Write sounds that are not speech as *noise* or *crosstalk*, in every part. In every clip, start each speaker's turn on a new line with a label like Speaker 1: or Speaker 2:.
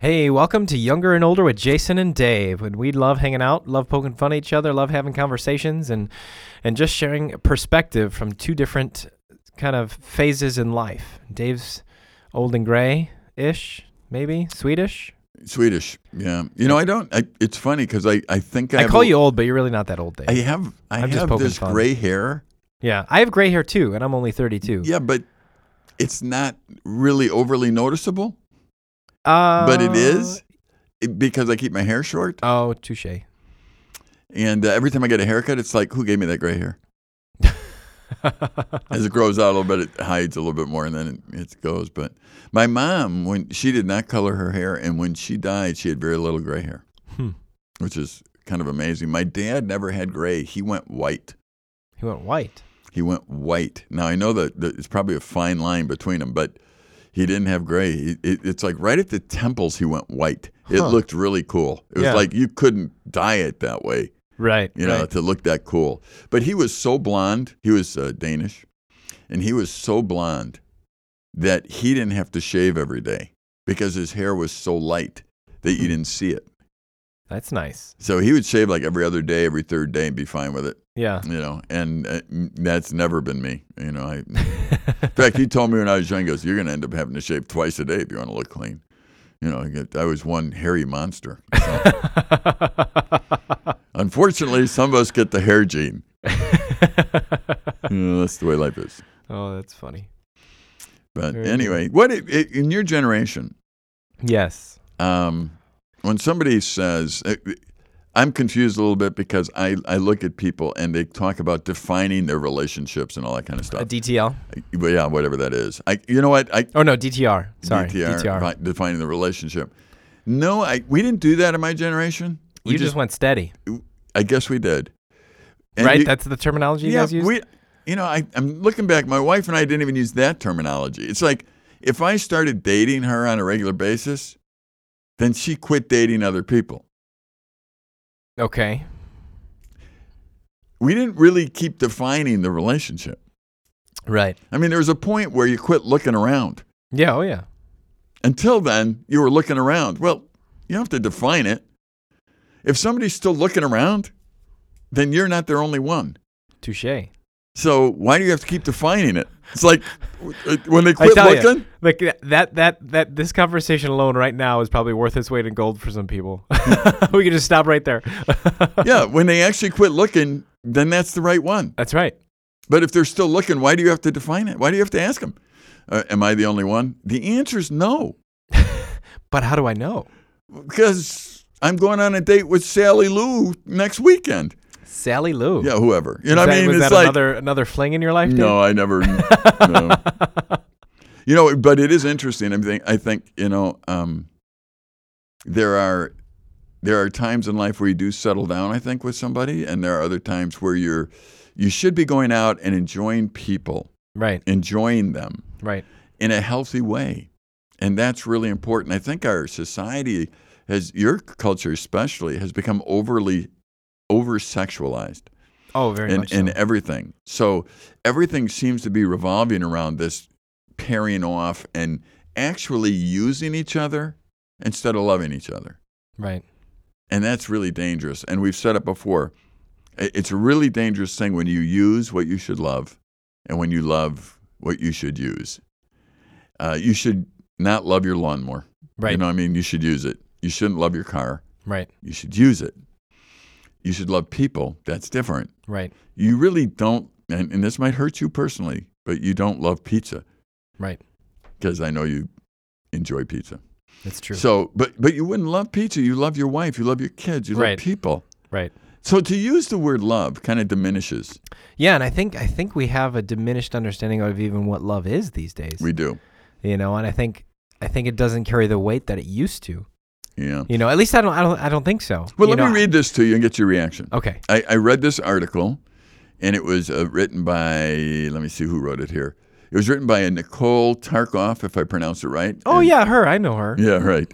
Speaker 1: Hey, welcome to Younger and Older with Jason and Dave. And we love hanging out, love poking fun at each other, love having conversations, and and just sharing perspective from two different kind of phases in life. Dave's old and gray ish, maybe Swedish.
Speaker 2: Swedish. Yeah. You know, I don't. I, it's funny because I, I think I,
Speaker 1: I
Speaker 2: have
Speaker 1: call
Speaker 2: a-
Speaker 1: you old, but you're really not that old, Dave.
Speaker 2: I have. I
Speaker 1: I'm just
Speaker 2: have
Speaker 1: poking
Speaker 2: this
Speaker 1: fun.
Speaker 2: gray hair.
Speaker 1: yeah, I have gray hair too, and I'm only 32.
Speaker 2: Yeah, but it's not really overly noticeable.
Speaker 1: uh,
Speaker 2: but it is it- because I keep my hair short,
Speaker 1: Oh, touche. *laughs*
Speaker 2: and uh, every time I get a haircut, it's like, who gave me that gray hair? As it grows out a little bit, it hides a little bit more, and then it, it goes. But my mom, when she did not color her hair, and when she died, she had very little gray hair,
Speaker 1: Hmm.
Speaker 2: which is kind of amazing. My dad never had gray; he went white.
Speaker 1: he went white.
Speaker 2: He went white. Now I know that, that it's probably a fine line between them, but he didn't have gray. He- it- it's like right at the temples he went white. It
Speaker 1: Huh.
Speaker 2: looked really cool. It was
Speaker 1: Yeah.
Speaker 2: like you couldn't dye it that way,
Speaker 1: Right.
Speaker 2: you know, to look that cool. But he was so blonde. He was uh, Danish, and he was so blonde that he didn't have to shave every day because his hair was so light that
Speaker 1: Hmm.
Speaker 2: you didn't see it.
Speaker 1: That's nice.
Speaker 2: So he would shave like every other day, every third day, and be fine with it
Speaker 1: Yeah. *laughs*
Speaker 2: you know, and uh, m- that's never been me. You know, I, in fact, he told me when I was young, he goes, "You're going to end up having to shave twice a day if you want to look clean." You know, I get- I was one hairy monster. Unfortunately, some of us get the hair gene. You know, that's the way life is.
Speaker 1: oh, that's funny.
Speaker 2: But
Speaker 1: Very good.
Speaker 2: anyway, what i i in your generation?
Speaker 1: Yes.
Speaker 2: Um, when somebody says, uh, "I'm confused a little bit because I I look at people and they talk about defining their relationships and all that kind of
Speaker 1: A
Speaker 2: stuff."
Speaker 1: DTL.
Speaker 2: But yeah, whatever that is. I you know what I
Speaker 1: Oh no, DTR. Sorry,
Speaker 2: DTR,
Speaker 1: DTR.
Speaker 2: fi- defining the relationship. No, I we didn't do that in my generation. We
Speaker 1: You just, went steady,
Speaker 2: I guess we did. And
Speaker 1: right?
Speaker 2: you-
Speaker 1: That's the terminology you
Speaker 2: yeah,
Speaker 1: guys use.
Speaker 2: we. You know, I, I'm looking back. My wife and I didn't even use that terminology. It's like if I started dating her on a regular basis, then she quit dating other people.
Speaker 1: okay.
Speaker 2: We didn't really keep defining the relationship.
Speaker 1: Right.
Speaker 2: I mean, there was a point where you quit looking around.
Speaker 1: Yeah. Oh yeah.
Speaker 2: Until then, you were looking around. Well, you don't have to define it. If somebody's still looking around, then you're not their only one.
Speaker 1: Touche. I
Speaker 2: So why do you have to keep defining it? It's like uh, when they quit
Speaker 1: tell
Speaker 2: looking.
Speaker 1: you, like that, that, that, this conversation alone right now is probably worth its weight in gold for some people. *laughs* we can just stop right there. *laughs*
Speaker 2: Yeah, when they actually quit looking, then that's the right one.
Speaker 1: That's right.
Speaker 2: But if they're still looking, why do you have to define it? Why do you have to ask them? Uh, am I the only one? The answer is no,
Speaker 1: But how do I know?
Speaker 2: because I'm going on a date with Sally Lou next weekend.
Speaker 1: Sally Lou.
Speaker 2: Yeah, whoever. You know
Speaker 1: Is
Speaker 2: what
Speaker 1: that-
Speaker 2: I mean?
Speaker 1: was
Speaker 2: it's
Speaker 1: that
Speaker 2: like
Speaker 1: another another fling in your life? dude?
Speaker 2: No, I never. no. You know, but it is interesting. I think I think you know um, there are there are times in life where you do settle down. I think with somebody, and there are other times where you're you should be going out and enjoying people,
Speaker 1: Right.
Speaker 2: enjoying them
Speaker 1: Right.
Speaker 2: in a healthy way, and that's really important. I think our society has your culture especially has become overly over sexualized
Speaker 1: Oh, very
Speaker 2: and,
Speaker 1: much. so.
Speaker 2: and everything. So everything seems to be revolving around this pairing off and actually using each other instead of loving each other.
Speaker 1: Right.
Speaker 2: And that's really dangerous. And we've said it before. I- It's a really dangerous thing when you use what you should love and when you love what you should use. Uh, you should not love your lawnmower. You
Speaker 1: Right.
Speaker 2: know what I mean? You should use it. You shouldn't love your car.
Speaker 1: Right.
Speaker 2: You should use it. You should love people. That's different
Speaker 1: Right.
Speaker 2: you really don't, and, and this might hurt you personally, but you don't love pizza
Speaker 1: Right.
Speaker 2: because I know you enjoy pizza.
Speaker 1: That's true.
Speaker 2: So, but but you wouldn't love pizza. You love your wife. You love your kids. You
Speaker 1: Right.
Speaker 2: love people.
Speaker 1: right.
Speaker 2: So to use the word love kind of diminishes.
Speaker 1: Yeah, and I think I think we have a diminished understanding of even what love is these days.
Speaker 2: We do.
Speaker 1: you know, and I think I think it doesn't carry the weight that it used to.
Speaker 2: Yeah.
Speaker 1: You know, at least I don't I don't I don't think so.
Speaker 2: Well,
Speaker 1: You
Speaker 2: let
Speaker 1: know,
Speaker 2: me read this to you and get your reaction.
Speaker 1: Okay.
Speaker 2: I, I read this article, and it was uh, written by. Let me see who wrote it here. It was written by a Nicole Tarkoff, if I pronounce it right.
Speaker 1: Oh
Speaker 2: And-
Speaker 1: yeah, her. I know her.
Speaker 2: Yeah, right.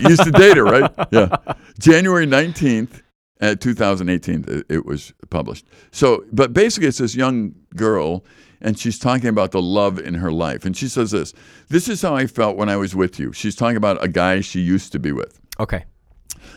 Speaker 2: You used to date her, right? Yeah. January 19th, uh, 2018, it- it was published. So, but basically, it's this young girl, and she's talking about the love in her life. And she says this This is how I felt when I was with you. She's talking about a guy she used to be with.
Speaker 1: Okay.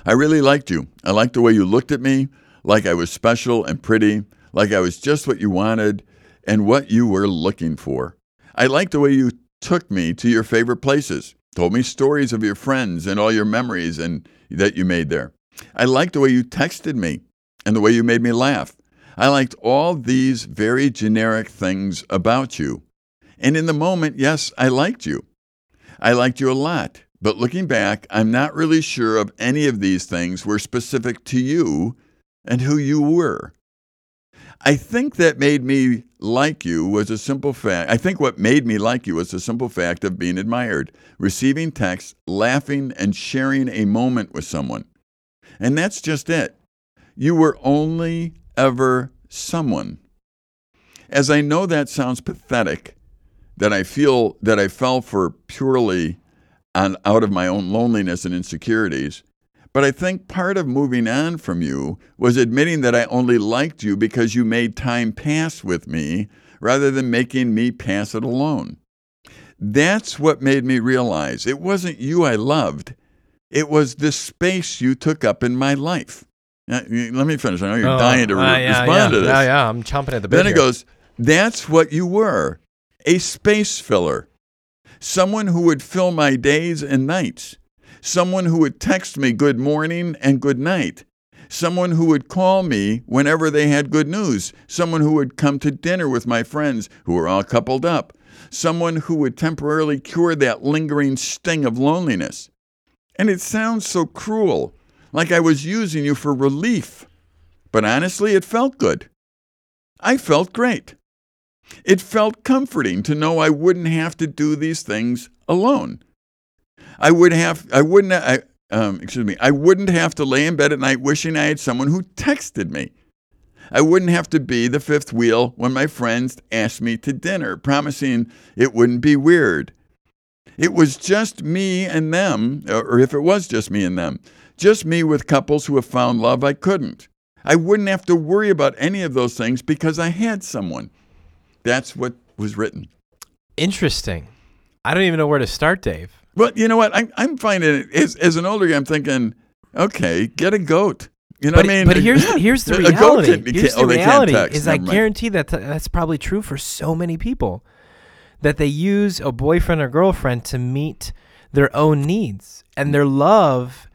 Speaker 2: I really liked you. I liked the way you looked at me, like I was special and pretty, like I was just what you wanted and what you were looking for. I liked the way you took me to your favorite places, told me stories of your friends and all your memories and that you made there. I liked the way you texted me and the way you made me laugh. I liked all these very generic things about you. And in the moment, yes, I liked you. I liked you a lot. But looking back, I'm not really sure if any of these things were specific to you and who you were. I think that made me like you was a simple fact. I think what made me like you was the simple fact of being admired, receiving texts, laughing, and sharing a moment with someone. And that's just it. You were only ever someone. As I know that sounds pathetic, that I feel that I fell for purely on, out of my own loneliness and insecurities, but I think part of moving on from you was admitting that I only liked you because you made time pass with me rather than making me pass it alone. That's what made me realize it wasn't you I loved, it was the space you took up in my life. Now, y- let me finish. I know you're
Speaker 1: Oh,
Speaker 2: dying to re-
Speaker 1: uh, yeah,
Speaker 2: respond
Speaker 1: yeah,
Speaker 2: to this.
Speaker 1: Yeah, yeah. I'm chomping at the bit.
Speaker 2: Then it
Speaker 1: here.
Speaker 2: goes, that's what you were a space filler, someone who would fill my days and nights, someone who would text me good morning and good night, someone who would call me whenever they had good news, someone who would come to dinner with my friends who were all coupled up, someone who would temporarily cure that lingering sting of loneliness. And it sounds so cruel, like I was using you for relief. But honestly, it felt good. I felt great. It felt comforting to know I wouldn't have to do these things alone. I would have I wouldn't I um, excuse me, I wouldn't have to lay in bed at night wishing I had someone who texted me. I wouldn't have to be the fifth wheel when my friends asked me to dinner, promising it wouldn't be weird. It was just me and them, or or if it was just me and them, just me with couples who have found love I couldn't. I wouldn't have to worry about any of those things because I had someone. That's what was written.
Speaker 1: Interesting. I don't even know where to start, Dave.
Speaker 2: But you know what? I'm, I'm finding it as, as an older guy, I'm thinking, okay, get a goat. You know
Speaker 1: But,
Speaker 2: what I mean?
Speaker 1: but
Speaker 2: *laughs*
Speaker 1: here's here's the
Speaker 2: A goat
Speaker 1: reality.
Speaker 2: can-
Speaker 1: here's
Speaker 2: oh,
Speaker 1: the
Speaker 2: they can't
Speaker 1: reality
Speaker 2: text,
Speaker 1: is I
Speaker 2: never mind.
Speaker 1: guarantee that th- that's probably true for so many people that they use a boyfriend or girlfriend to meet their own needs and their love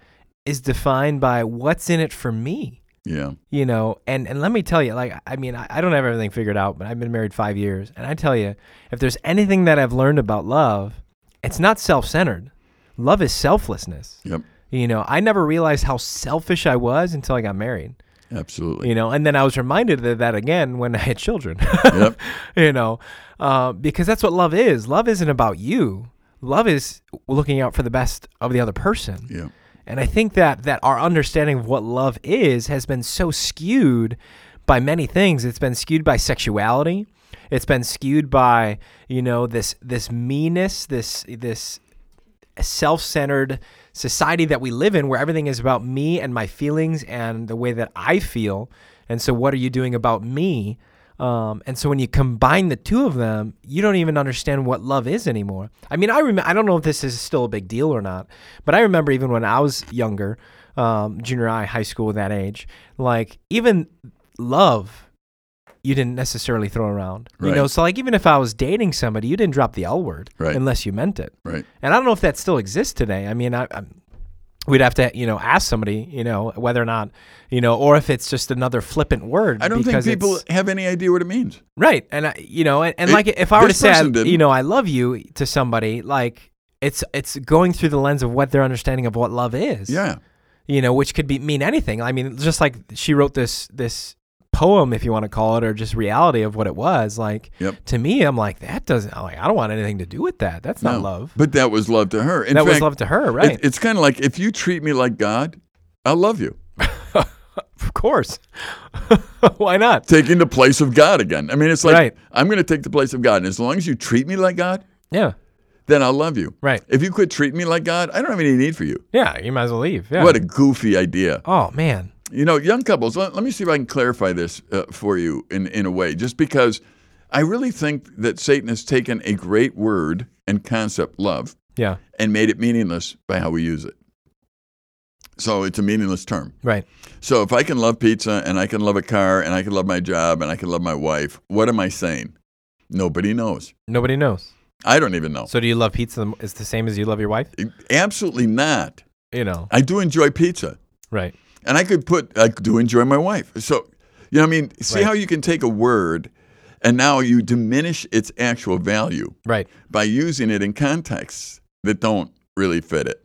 Speaker 1: is defined by what's in it for me.
Speaker 2: Yeah.
Speaker 1: You know, and and let me tell you, like I mean, I, I don't have everything figured out, but I've been married five years, and I tell you, if there's anything that I've learned about love, it's not self-centered. Love is selflessness.
Speaker 2: Yep.
Speaker 1: You know, I never realized how selfish I was until I got married.
Speaker 2: Absolutely.
Speaker 1: You know, and then I was reminded of that again when *laughs* I had children.
Speaker 2: Yep.
Speaker 1: *laughs* you know, uh, because that's what love is. Love isn't about you. Love is looking out for the best of the other person.
Speaker 2: Yeah.
Speaker 1: And I think that that our understanding of what love is has been so skewed by many things. It's been skewed by sexuality. It's been skewed by you know this this meanness, this this self-centered society that we live in where everything is about me and my feelings and the way that I feel. And so what are you doing about me? Um, and so when you combine the two of them, you don't even understand what love is anymore. I mean, I remember, I don't know if this is still a big deal or not, but I remember even when I was younger, um, junior high, high school, that age, like even love, you didn't necessarily throw around, you
Speaker 2: Right.
Speaker 1: know? So like, even if I was dating somebody, you didn't drop the L word
Speaker 2: Right.
Speaker 1: unless you meant it.
Speaker 2: Right.
Speaker 1: And I don't know if that still exists today. I mean, I, i we'd have to, you know, ask somebody, you know, whether or not, you know, or if it's just another flippant word.
Speaker 2: I don't think
Speaker 1: because
Speaker 2: people
Speaker 1: it's-
Speaker 2: have any idea what it means.
Speaker 1: right. And I, you know, and, and
Speaker 2: It-
Speaker 1: like if I were to
Speaker 2: this
Speaker 1: say, I,
Speaker 2: person didn't.
Speaker 1: you know, I love you to somebody, like it's it's going through the lens of what their understanding of what love is.
Speaker 2: Yeah.
Speaker 1: You know, which could be mean anything. I mean, just like she wrote this this poem, if you want to call it, or just reality of what it was. Like
Speaker 2: Yep.
Speaker 1: to me, I'm like that doesn't. I'm like I don't want anything to do with that. That's not
Speaker 2: No.
Speaker 1: love.
Speaker 2: But that was love to her. In
Speaker 1: that
Speaker 2: fact,
Speaker 1: was love to her, right?
Speaker 2: it- it's kind of like if you treat me like God, I love you.
Speaker 1: Of course. *laughs* Why not?
Speaker 2: Taking the place of God again. I mean, it's like
Speaker 1: Right.
Speaker 2: I'm going to take the place of God, and as long as you treat me like God,
Speaker 1: Yeah.
Speaker 2: then I'll love you.
Speaker 1: Right.
Speaker 2: If you quit treating me like God, I don't have any need for you.
Speaker 1: Yeah. You might as well leave. Yeah.
Speaker 2: What a goofy idea.
Speaker 1: oh man.
Speaker 2: You know, young couples, let, let me see if I can clarify this uh, for you in, in a way, just because I really think that Satan has taken a great word and concept, love,
Speaker 1: Yeah.
Speaker 2: and made it meaningless by how we use it. So it's a meaningless term.
Speaker 1: Right.
Speaker 2: So if I can love pizza and I can love a car and I can love my job and I can love my wife, what am I saying? Nobody knows.
Speaker 1: Nobody knows.
Speaker 2: I don't even know.
Speaker 1: So do you love pizza? the m- It's the same as you love your wife.
Speaker 2: Absolutely not.
Speaker 1: You know.
Speaker 2: I do enjoy pizza.
Speaker 1: Right.
Speaker 2: And I could put, I do enjoy my wife. So, you know, what I mean, see
Speaker 1: Right.
Speaker 2: how you can take a word and now you diminish its actual value
Speaker 1: Right.
Speaker 2: by using it in contexts that don't really fit it.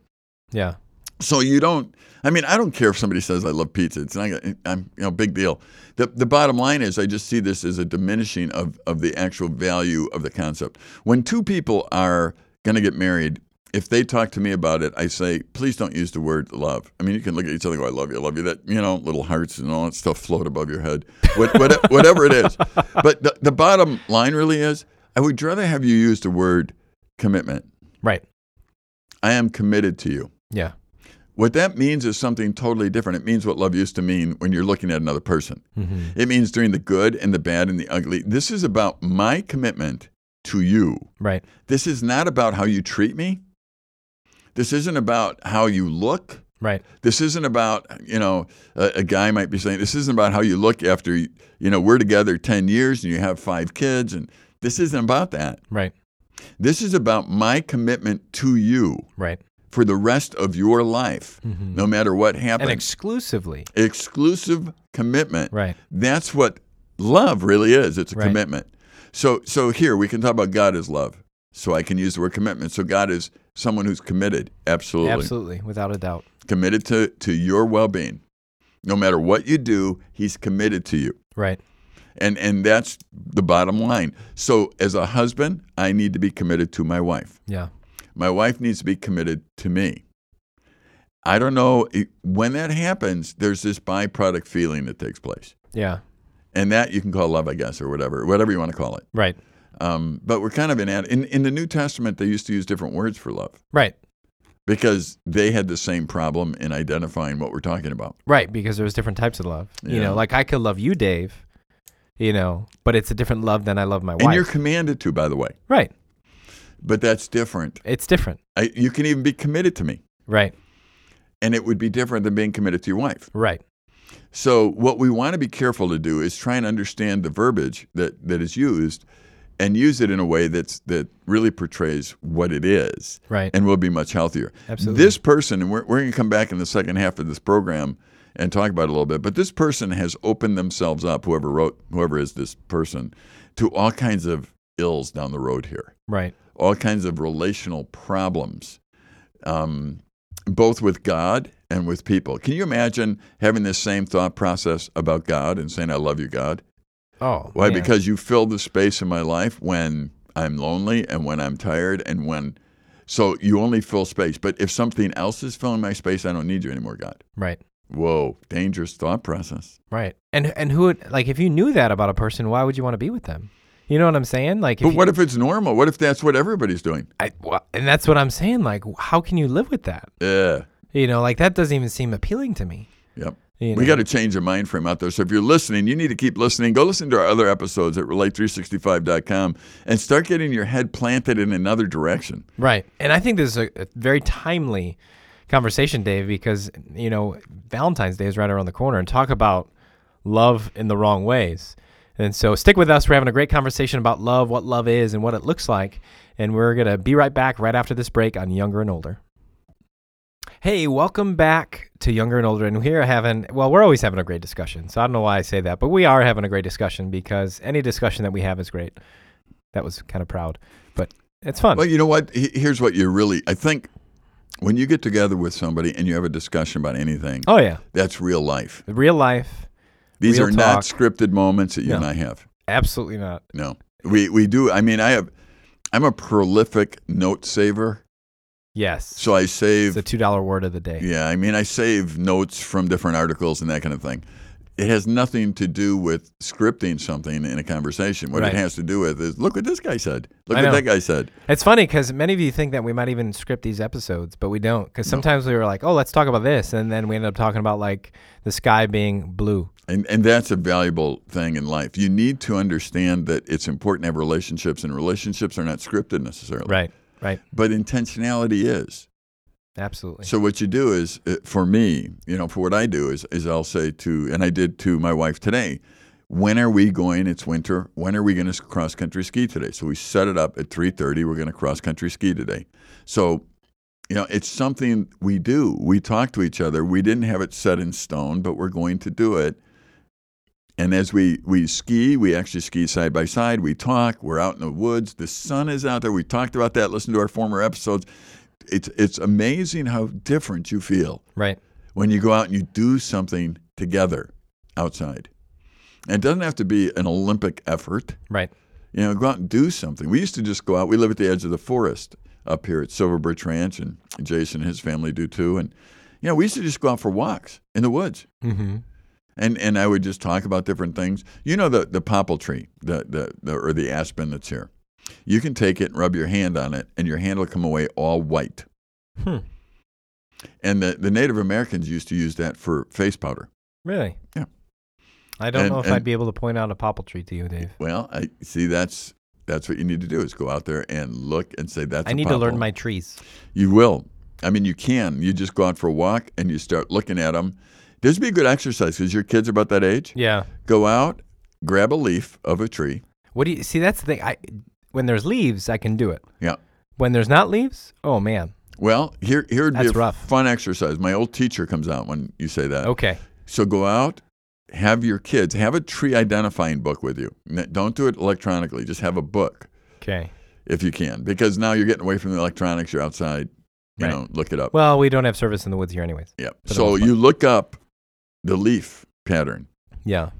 Speaker 1: Yeah.
Speaker 2: So you don't, I mean, I don't care if somebody says I love pizza. It's not, I'm, you know, big deal. The, the bottom line is I just see this as a diminishing of, of the actual value of the concept. When two people are going to get married, if they talk to me about it, I say, please don't use the word love. I mean, you can look at each other and go, I love you, I love you. That, you know, little hearts and all that stuff float above your head, what, what, *laughs* whatever it is. But the, the bottom line really is I would rather have you use the word commitment.
Speaker 1: Right.
Speaker 2: I am committed to you.
Speaker 1: Yeah.
Speaker 2: What that means is something totally different. It means what love used to mean when you're looking at another person.
Speaker 1: Mm-hmm.
Speaker 2: It means during the good and the bad and the ugly. This is about my commitment to you.
Speaker 1: Right.
Speaker 2: This is not about how you treat me. This isn't about how you look.
Speaker 1: Right.
Speaker 2: This isn't about, you know, a, a guy might be saying, this isn't about how you look after, you know, we're together 10 years and you have five kids. And this isn't about that.
Speaker 1: Right.
Speaker 2: This is about my commitment to you
Speaker 1: Right.
Speaker 2: for the rest of your life,
Speaker 1: Mhm.
Speaker 2: no matter what
Speaker 1: And
Speaker 2: happens.
Speaker 1: exclusively.
Speaker 2: exclusive commitment.
Speaker 1: Right.
Speaker 2: That's what love really is. It's a
Speaker 1: Right.
Speaker 2: commitment. So so here we can talk about God as love. So I can use the word commitment. So God is someone who's committed, absolutely,
Speaker 1: Absolutely. Without a doubt.
Speaker 2: committed to to your well-being. No matter what you do, he's committed to you.
Speaker 1: Right.
Speaker 2: And and that's the bottom line. So as a husband, I need to be committed to my wife.
Speaker 1: Yeah.
Speaker 2: My wife needs to be committed to me. I don't know. it- When that happens, there's this byproduct feeling that takes place.
Speaker 1: Yeah.
Speaker 2: And that you can call love, I guess, or whatever, whatever you want to call it.
Speaker 1: Right.
Speaker 2: Um, but we're kind of in, in in the New Testament. They used to use different words for love
Speaker 1: Right.
Speaker 2: because they had the same problem in identifying what we're talking about.
Speaker 1: Right. Because there's different types of love. You
Speaker 2: Yeah.
Speaker 1: know, like I could love you, Dave. You know, but it's a different love than I love my
Speaker 2: And
Speaker 1: wife.
Speaker 2: you're commanded to, by the way.
Speaker 1: right.
Speaker 2: But that's different.
Speaker 1: It's different.
Speaker 2: I, you can even be committed to me,
Speaker 1: Right.
Speaker 2: and it would be different than being committed to your wife.
Speaker 1: Right.
Speaker 2: So what we want to be careful to do is try and understand the verbiage that, that is used and use it in a way that's that really portrays what it is
Speaker 1: Right.
Speaker 2: and we'll be much healthier.
Speaker 1: Absolutely.
Speaker 2: This person, and we're, we're going to come back in the second half of this program and talk about it a little bit, but this person has opened themselves up, whoever wrote, whoever is this person, to all kinds of ills down the road here
Speaker 1: right.
Speaker 2: all kinds of relational problems, um, both with God and with people. Can you imagine having this same thought process about God and saying, I love you, God?
Speaker 1: Oh.
Speaker 2: Why?
Speaker 1: man.
Speaker 2: Because you filled the space in my life when I'm lonely and when I'm tired and when. So you only fill space. But if something else is filling my space, I don't need you anymore, God.
Speaker 1: Right.
Speaker 2: Whoa, dangerous thought process.
Speaker 1: Right. And and who would like if you knew that about a person, why would you want to be with them? You know what I'm saying? Like, if
Speaker 2: But
Speaker 1: you-
Speaker 2: what if it's normal? What if that's what everybody's doing?
Speaker 1: I, well, and that's what I'm saying. Like, how can you live with that?
Speaker 2: Yeah.
Speaker 1: You know, like that doesn't even seem appealing to me.
Speaker 2: Yep.
Speaker 1: You
Speaker 2: We
Speaker 1: know?
Speaker 2: got to change our mind frame out there. So if you're listening, you need to keep listening. Go listen to our other episodes at relate365.com and start getting your head planted in another direction.
Speaker 1: Right. And I think this is a, a very timely conversation, Dave, because, you know, Valentine's Day is right around the corner and talk about love in the wrong ways. And so stick with us. We're having a great conversation about love, what love is, and what it looks like. And we're going to be right back right after this break on Younger and Older. Hey, welcome back to Younger and Older. And here having, well, we're always having a great discussion. So I don't know why I say that, but we are having a great discussion because any discussion that we have is great. That was kind of proud, but it's fun.
Speaker 2: *laughs* Well, you know what? He- Here's what you really, I think when you get together with somebody and you have a discussion about anything,
Speaker 1: Oh, yeah.
Speaker 2: that's real life.
Speaker 1: real life
Speaker 2: These
Speaker 1: Real
Speaker 2: are
Speaker 1: talk.
Speaker 2: not scripted moments that you
Speaker 1: No.
Speaker 2: and I have.
Speaker 1: absolutely not
Speaker 2: No. We, we do. I mean, I have, I'm a prolific note saver.
Speaker 1: yes
Speaker 2: So I
Speaker 1: it's
Speaker 2: save
Speaker 1: a two dollar word of the day
Speaker 2: Yeah, I mean, I save notes from different articles and that kind of thing. it has nothing to do with scripting something in a conversation. What
Speaker 1: Right.
Speaker 2: it has to do with is look what this guy said. Look
Speaker 1: I
Speaker 2: what
Speaker 1: know.
Speaker 2: that guy said.
Speaker 1: It's funny because many of you think that we might even script these episodes, but we don't. Because sometimes we were like, "Oh, let's talk about this," and then we ended up talking about like the sky being blue.
Speaker 2: And and that's a valuable thing in life. You need to understand that it's important to have relationships and relationships are not scripted necessarily.
Speaker 1: Right. Right.
Speaker 2: But intentionality is.
Speaker 1: Absolutely.
Speaker 2: So what you do is, uh, for me, you know, for what I do is, is I'll say to, and I did to my wife today, when are we going? It's winter. When are we going to cross country ski today? So we set it up at three thirty. We're going to cross country ski today. So, you know, it's something we do. We talk to each other. We didn't have it set in stone, but we're going to do it. And as we, we ski, we actually ski side by side. We talk. We're out in the woods. The sun is out there. We talked about that. Listen to our former episodes. It's, it's amazing how different you feel
Speaker 1: right.
Speaker 2: when you go out and you do something together outside. And it doesn't have to be an Olympic effort.
Speaker 1: Right.
Speaker 2: You know, go out and do something. We used to just go out. We live at the edge of the forest up here at Silver Birch Ranch, and Jason and his family do too. And, you know, we used to just go out for walks in the woods
Speaker 1: Mm-hmm.
Speaker 2: and and I would just talk about different things. You know the the popple tree, the the, the or the aspen that's here. You can take it and rub your hand on it, and your hand will come away all white.
Speaker 1: Hmm.
Speaker 2: And the, the Native Americans used to use that for face powder.
Speaker 1: Really.
Speaker 2: Yeah.
Speaker 1: I don't
Speaker 2: And-
Speaker 1: know if
Speaker 2: and-
Speaker 1: I'd be able to point out a popple tree to you, Dave.
Speaker 2: Well, I see that's that's what you need to do is go out there and look and say that's.
Speaker 1: I
Speaker 2: a
Speaker 1: need to learn
Speaker 2: popple."
Speaker 1: my trees.
Speaker 2: You will. I mean, you can. You just go out for a walk and you start looking at them. This would be a good exercise because your kids are about that age.
Speaker 1: Yeah.
Speaker 2: Go out, grab a leaf of a tree.
Speaker 1: What do you see? That's the thing. I when there's leaves, I can do it.
Speaker 2: Yeah.
Speaker 1: When there's not leaves, oh man.
Speaker 2: Well, here here would be
Speaker 1: That's
Speaker 2: a
Speaker 1: rough.
Speaker 2: fun exercise. My old teacher comes out when you say that.
Speaker 1: Okay.
Speaker 2: So go out, have your kids have a tree identifying book with you. N- Don't do it electronically. Just have a book
Speaker 1: Okay.
Speaker 2: if you can, because now you're getting away from the electronics. You're outside. You
Speaker 1: Right.
Speaker 2: know, look it up.
Speaker 1: Well, we don't have service in the woods here, anyways.
Speaker 2: yep.
Speaker 1: the
Speaker 2: So
Speaker 1: most part.
Speaker 2: you look up the leaf pattern,
Speaker 1: Yeah.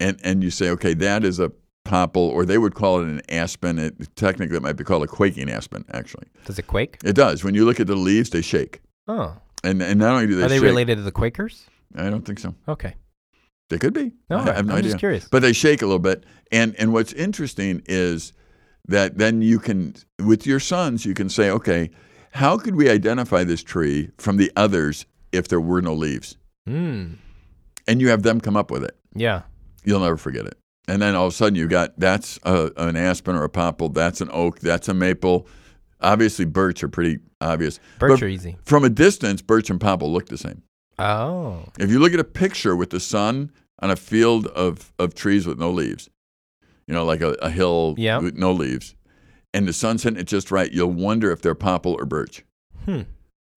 Speaker 2: and and you say, okay, that is a popple, or they would call it an aspen. It, technically, it might be called a quaking aspen. Actually,
Speaker 1: Does it quake?
Speaker 2: it does. When you look at the leaves, they shake,
Speaker 1: Oh.
Speaker 2: and and not only do they,
Speaker 1: Are they
Speaker 2: shake,
Speaker 1: related to the Quakers?
Speaker 2: I don't think so.
Speaker 1: Okay.
Speaker 2: They could be.
Speaker 1: No,
Speaker 2: I, I have no
Speaker 1: am
Speaker 2: idea.
Speaker 1: just curious.
Speaker 2: But they shake a little bit. And and what's interesting is that then you can with your sons you can say, okay, how could we identify this tree from the others if there were no leaves?
Speaker 1: Mm.
Speaker 2: And you have them come up with it.
Speaker 1: Yeah.
Speaker 2: You'll never forget it. And then all of a sudden you got that's a, an aspen or a popple, that's an oak, that's a maple. Obviously, birch are pretty obvious.
Speaker 1: Birch
Speaker 2: But
Speaker 1: are easy.
Speaker 2: from a distance, birch and popple look the same.
Speaker 1: Oh.
Speaker 2: If you look at a picture with the sun on a field of, of trees with no leaves, you know, like a, a hill
Speaker 1: Yeah.
Speaker 2: with no leaves, and the sun's hitting it just right, you'll wonder if they're popple or birch.
Speaker 1: Hmm.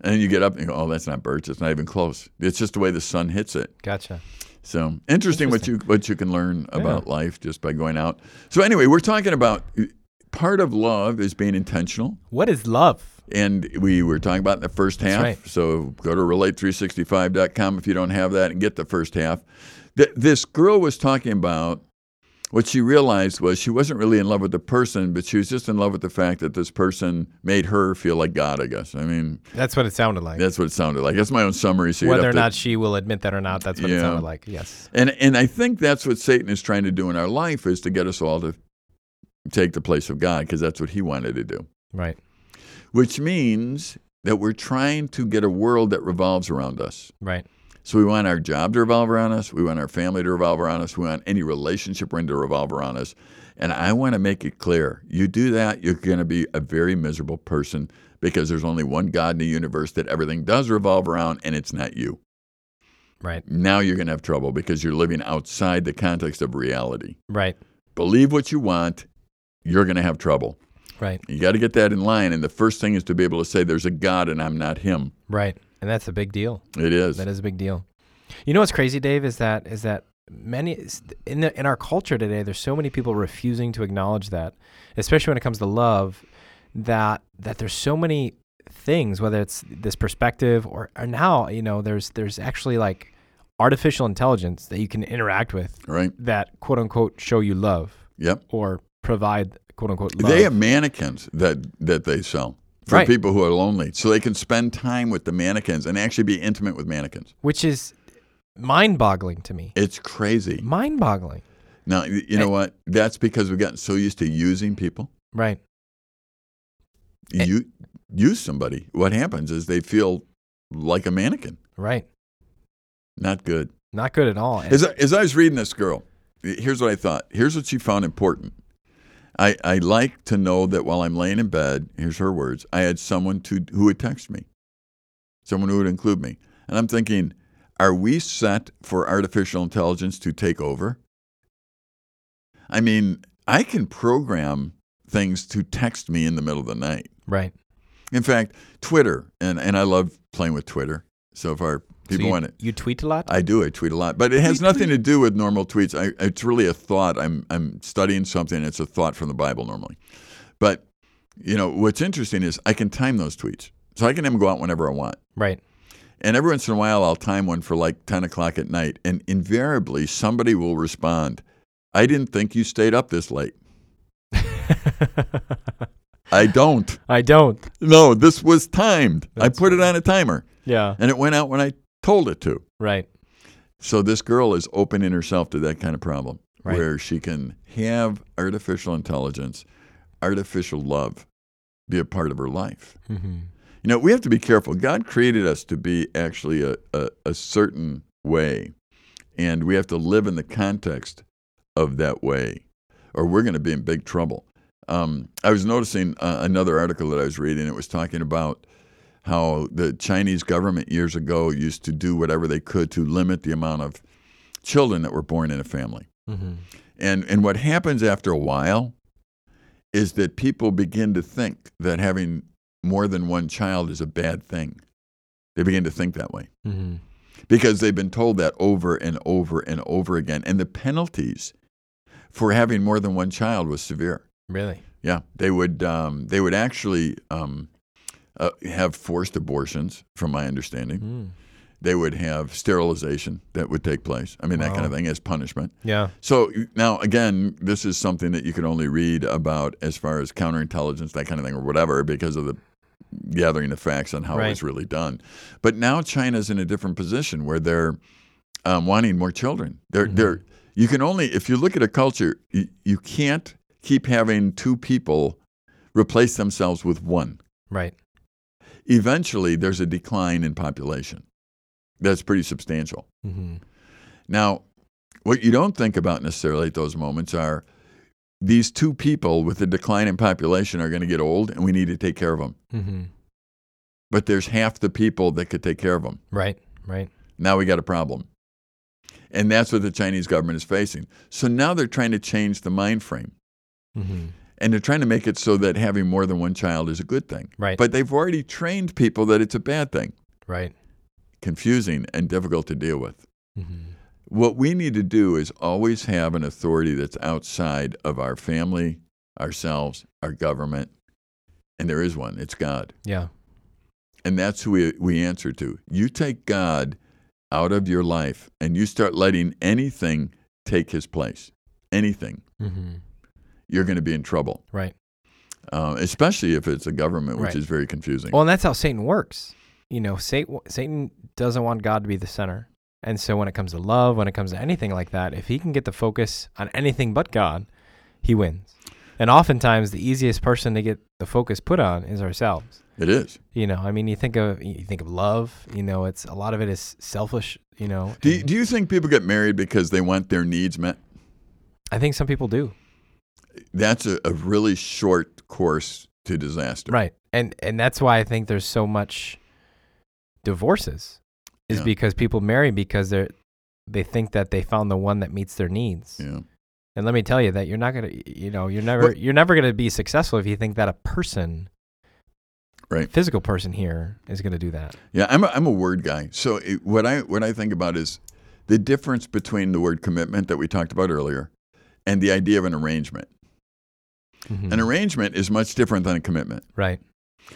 Speaker 2: And then you get up and you go, oh, that's not birch. It's not even close. It's just the way the sun hits it.
Speaker 1: Gotcha.
Speaker 2: So interesting, what you what you can learn about life just by going out. So anyway, we're talking about uh, part of love is being intentional.
Speaker 1: What is love?
Speaker 2: And we were talking about the first half.
Speaker 1: right.
Speaker 2: So go to relate365.com if you don't have that and get the first half. Th- this girl was talking about what she realized was she wasn't really in love with the person, but she was just in love with the fact that this person made her feel like God, I guess. I mean,
Speaker 1: That's what it sounded like.
Speaker 2: that's what it sounded like. That's my own summary. So you'd
Speaker 1: Whether
Speaker 2: have
Speaker 1: or
Speaker 2: to-
Speaker 1: not she will admit that or not, that's what it
Speaker 2: Yeah.
Speaker 1: sounded like. Yes.
Speaker 2: And, and I think that's what Satan is trying to do in our life is to get us all to take the place of God because that's what he wanted to do,
Speaker 1: Right.
Speaker 2: which means that we're trying to get a world that revolves around us.
Speaker 1: Right.
Speaker 2: So we want our job to revolve around us. We want our family to revolve around us. We want any relationship we're in to revolve around us. And I want to make it clear you do that, you're going to be a very miserable person because there's only one God in the universe that everything does revolve around, and it's not you.
Speaker 1: Right.
Speaker 2: Now you're going to have trouble because you're living outside the context of reality.
Speaker 1: Right.
Speaker 2: Believe what you want, you're going to have trouble.
Speaker 1: Right.
Speaker 2: You got to get that in line. And the first thing is to be able to say, There's a God and I'm not Him.
Speaker 1: Right. And that's a big deal.
Speaker 2: It is.
Speaker 1: That is a big deal. You know what's crazy, Dave, is that is that many s- in the, in our culture today, there's so many people refusing to acknowledge that, especially when it comes to love, that that there's so many things, whether it's this perspective or, or now, you know, there's there's actually like artificial intelligence that you can interact with
Speaker 2: Right?
Speaker 1: that quote unquote show you love
Speaker 2: Yep.
Speaker 1: or provide quote unquote love.
Speaker 2: They have mannequins that that they sell for
Speaker 1: Right.
Speaker 2: people who are lonely, so they can spend time with the mannequins and actually be intimate with mannequins.
Speaker 1: which is mind boggling to me.
Speaker 2: It's crazy.
Speaker 1: Mind boggling.
Speaker 2: Now, y- you know what? That's because we've gotten so used to using people.
Speaker 1: Right. And-
Speaker 2: You use somebody. What happens is they feel like a mannequin.
Speaker 1: Right.
Speaker 2: Not good.
Speaker 1: Not good at all.
Speaker 2: As I, as I was reading this girl, here's what I thought. Here's what she found important. I, I like to know that while I'm laying in bed, here's her words, I had someone to, who would text me, someone who would include me. And I'm thinking, are we set for artificial intelligence to take over? I mean, I can program things to text me in the middle of the night.
Speaker 1: right.
Speaker 2: In fact, Twitter, and, and I love playing with Twitter. So if our
Speaker 1: So
Speaker 2: people
Speaker 1: you,
Speaker 2: want it.
Speaker 1: You tweet a lot?
Speaker 2: I do. I tweet a lot, but it has
Speaker 1: Tweet,
Speaker 2: nothing to do with normal tweets. I, it's really a thought. I'm I'm studying something. It's a thought from the Bible normally, but you know what's interesting is I can time those tweets, so I can have them go out whenever I want.
Speaker 1: right.
Speaker 2: And every once in a while, I'll time one for like ten o'clock at night, and invariably somebody will respond. I didn't think you stayed up this late. I don't.
Speaker 1: *laughs* I don't.
Speaker 2: No, this was timed. I
Speaker 1: That's
Speaker 2: put it on a timer,
Speaker 1: Yeah.
Speaker 2: and it went out when I told it to.
Speaker 1: Right.
Speaker 2: So this girl is opening herself to that kind of problem
Speaker 1: Right.
Speaker 2: where she can have artificial intelligence, artificial love be a part of her life.
Speaker 1: Mm-hmm.
Speaker 2: You know, we have to be careful. God created us to be actually a, a, a certain way, and we have to live in the context of that way, or we're going to be in big trouble. Um, I was noticing uh, another article that I was reading. It was talking about how the Chinese government years ago used to do whatever they could to limit the amount of children that were born in a family.
Speaker 1: Mm-hmm.
Speaker 2: And and what happens after a while is that people begin to think that having more than one child is a bad thing. They begin to think that way
Speaker 1: Mm-hmm.
Speaker 2: because they've been told that over and over and over again. And the penalties for having more than one child was severe.
Speaker 1: Really?
Speaker 2: Yeah, they would um, they would actually um, uh, have forced abortions, from my understanding.
Speaker 1: Mm.
Speaker 2: They would have sterilization that would take place. I mean, that kind of
Speaker 1: Wow.
Speaker 2: thing as punishment.
Speaker 1: Yeah.
Speaker 2: So now, again, this is something that you can only read about as far as counterintelligence, that kind of thing, or whatever, because of the gathering of facts on how it
Speaker 1: Right.
Speaker 2: was really done. But now China's in a different position where they're um, wanting more children. They're, they're, you can only, if you look at a culture, you, you can't keep having two people replace themselves with one.
Speaker 1: Right.
Speaker 2: Eventually, there's a decline in population that's pretty substantial.
Speaker 1: Mm-hmm.
Speaker 2: Now, what you don't think about necessarily at those moments are these two people with a decline in population are going to get old and we need to take care of them.
Speaker 1: Mm-hmm.
Speaker 2: But there's half the people that could take care of them.
Speaker 1: Right. Right.
Speaker 2: Now we got a problem. And that's what the Chinese government is facing. So now they're trying to change the mind frame
Speaker 1: Mm-hmm.
Speaker 2: and they're trying to make it so that having more than one child is a good thing.
Speaker 1: Right.
Speaker 2: But they've already trained people that it's a bad thing,
Speaker 1: right.
Speaker 2: confusing and difficult to deal with.
Speaker 1: Mm-hmm.
Speaker 2: What we need to do is always have an authority that's outside of our family, ourselves, our government, and there is one. It's God.
Speaker 1: Yeah.
Speaker 2: And that's who we, we answer to. You take God out of your life and you start letting anything take his place, anything,
Speaker 1: Mm-hmm.
Speaker 2: you're going to be in trouble,
Speaker 1: Right.
Speaker 2: uh, especially if it's a government, which
Speaker 1: Right.
Speaker 2: is very confusing.
Speaker 1: Well, and that's how Satan works. You know, Satan, Satan doesn't want God to be the center. And so when it comes to love, when it comes to anything like that, if he can get the focus on anything but God, he wins. And oftentimes the easiest person to get the focus put on is ourselves.
Speaker 2: it is.
Speaker 1: You know, I mean, you think of you think of love, you know, it's a lot of it is selfish, you know.
Speaker 2: Do you,
Speaker 1: and
Speaker 2: do you think people get married because they want their needs met?
Speaker 1: I think some people do.
Speaker 2: That's a, a really short course to disaster.
Speaker 1: Right. And and that's why I think there's so much divorces is
Speaker 2: Yeah.
Speaker 1: because people marry because they're they think that they found the one that meets their needs.
Speaker 2: Yeah.
Speaker 1: And let me tell you that you're not gonna, you know, you're never,
Speaker 2: But-
Speaker 1: you're never gonna be successful if you think that a person,
Speaker 2: Right.
Speaker 1: physical person here, is gonna do that.
Speaker 2: Yeah, I'm a, I'm a word guy. So it, what I what I think about is the difference between the word commitment that we talked about earlier and the idea of an arrangement.
Speaker 1: Mhm.
Speaker 2: An arrangement is much different than a commitment.
Speaker 1: right.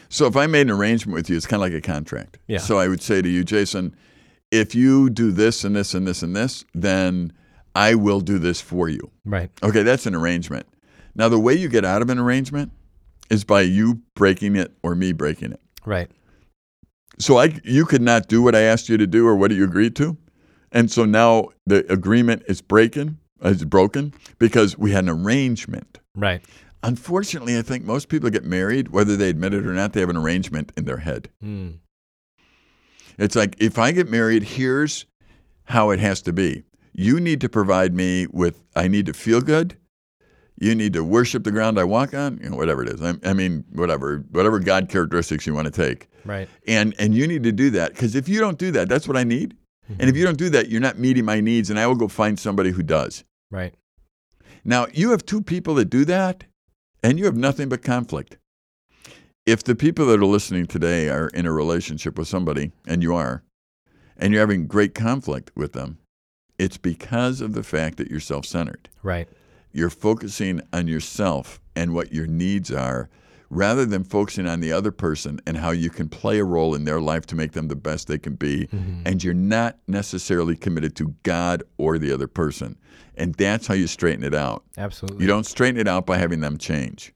Speaker 2: So if I made an arrangement with you, it's kind of like a contract.
Speaker 1: Yeah.
Speaker 2: So I would say to you, Jason, if you do this and this and this and this, then I will do this for you.
Speaker 1: Right.
Speaker 2: Okay, that's an arrangement. Now the way you get out of an arrangement is by you breaking it or me breaking it.
Speaker 1: Right.
Speaker 2: So I, you could not do what I asked you to do or what you agreed to, And so now the agreement is breaking, is broken because we had an arrangement.
Speaker 1: Right.
Speaker 2: Unfortunately, I think most people get married, whether they admit it or not, they have an arrangement in their head.
Speaker 1: Mm.
Speaker 2: It's like if I get married, here's how it has to be. You need to provide me with I need to feel good. You need to worship the ground I walk on, you know, whatever it is. I, I mean, whatever, whatever God characteristics you want to take.
Speaker 1: Right.
Speaker 2: And and you need to do that because if you don't do that, that's what I need. And if you don't do that, you're not meeting my needs, and I will go find somebody who does.
Speaker 1: Mm-hmm. Right.
Speaker 2: Now, you have two people that do that, and you have nothing but conflict. If the people that are listening today are in a relationship with somebody, and you are, and you're having great conflict with them, it's because of the fact that you're self centered.
Speaker 1: Right.
Speaker 2: You're focusing on yourself and what your needs are rather than focusing on the other person and how you can play a role in their life to make them the best they can be. And you're not necessarily committed to God or the other person. And that's how you straighten it out.
Speaker 1: Absolutely.
Speaker 2: You don't straighten it out by having them change.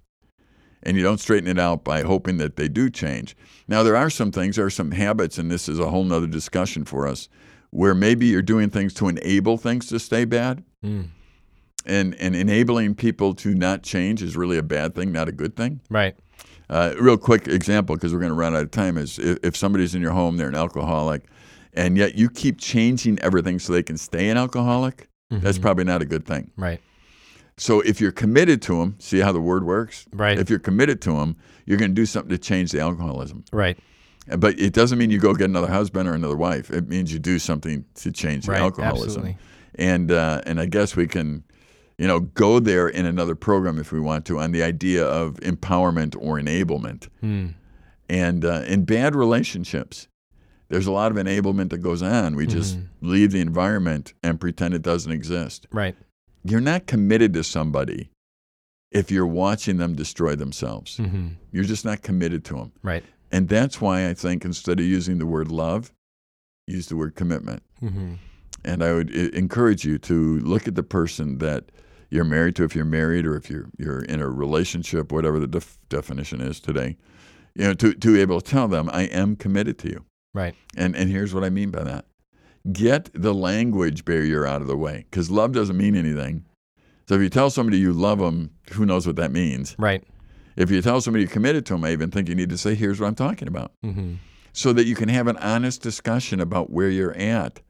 Speaker 2: And you don't straighten it out by hoping that they do change. Now, there are some things, there are some habits, and this is a whole nother discussion for us, where maybe you're doing things to enable things to stay bad.
Speaker 1: Mm.
Speaker 2: And, and enabling people to not change is really a bad thing, not a good thing.
Speaker 1: Right.
Speaker 2: Uh, real quick example, because we're going to run out of time, is if, if somebody's in your home, they're an alcoholic, and yet you keep changing everything so they can stay an alcoholic, that's
Speaker 1: Mm-hmm.
Speaker 2: probably not a good thing.
Speaker 1: Right.
Speaker 2: So if you're committed to them, see how the word works?
Speaker 1: Right.
Speaker 2: If you're committed to them, you're going to do something to change the alcoholism.
Speaker 1: Right.
Speaker 2: But it doesn't mean you go get another husband or another wife. It means you do something to change the
Speaker 1: Right.
Speaker 2: alcoholism.
Speaker 1: Absolutely.
Speaker 2: And uh, and I guess we can, you know, go there in another program if we want to on the idea of empowerment or enablement.
Speaker 1: Mm.
Speaker 2: And uh, in bad relationships, there's a lot of enablement that goes on. We just leave the environment and pretend it doesn't exist
Speaker 1: Right.
Speaker 2: you're not committed to somebody if you're watching them destroy themselves.
Speaker 1: hmm
Speaker 2: You're just not committed to them.
Speaker 1: Right.
Speaker 2: And that's why I think instead of using the word love, use the word commitment.
Speaker 1: hmm
Speaker 2: And I would e- encourage you to look at the person that you're married to, if you're married or if you're, you're in a relationship, whatever the def- definition is today, you know, to, to be able to tell them, I am committed to you.
Speaker 1: Right.
Speaker 2: And, and here's what I mean by that get the language barrier out of the way because love doesn't mean anything. So if you tell somebody you love them, who knows what that means?
Speaker 1: Right.
Speaker 2: If you tell somebody you're committed to them, I even think you need to say, here's what I'm talking about
Speaker 1: hmm
Speaker 2: so that you can have an honest discussion about where you're at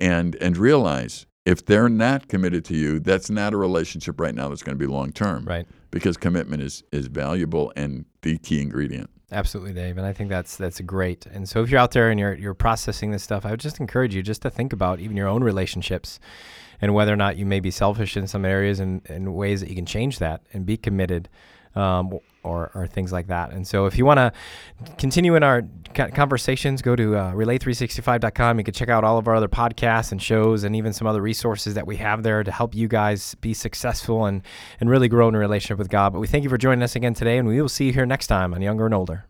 Speaker 2: and, and realize if they're not committed to you, that's not a relationship right now that's going to be long term
Speaker 1: Right.
Speaker 2: because commitment is, is valuable and the key ingredient.
Speaker 1: Absolutely, Dave, and I think that's that's great. And so, if you're out there and you're you're processing this stuff, I would just encourage you just to think about even your own relationships, and whether or not you may be selfish in some areas and, and ways that you can change that and be committed, um, or or things like that. And so, if you want to continue in our co- conversations, go to uh, relay365.com. You can check out all of our other podcasts and shows, and even some other resources that we have there to help you guys be successful and and really grow in a relationship with God. But we thank you for joining us again today, and we will see you here next time on Younger and Older.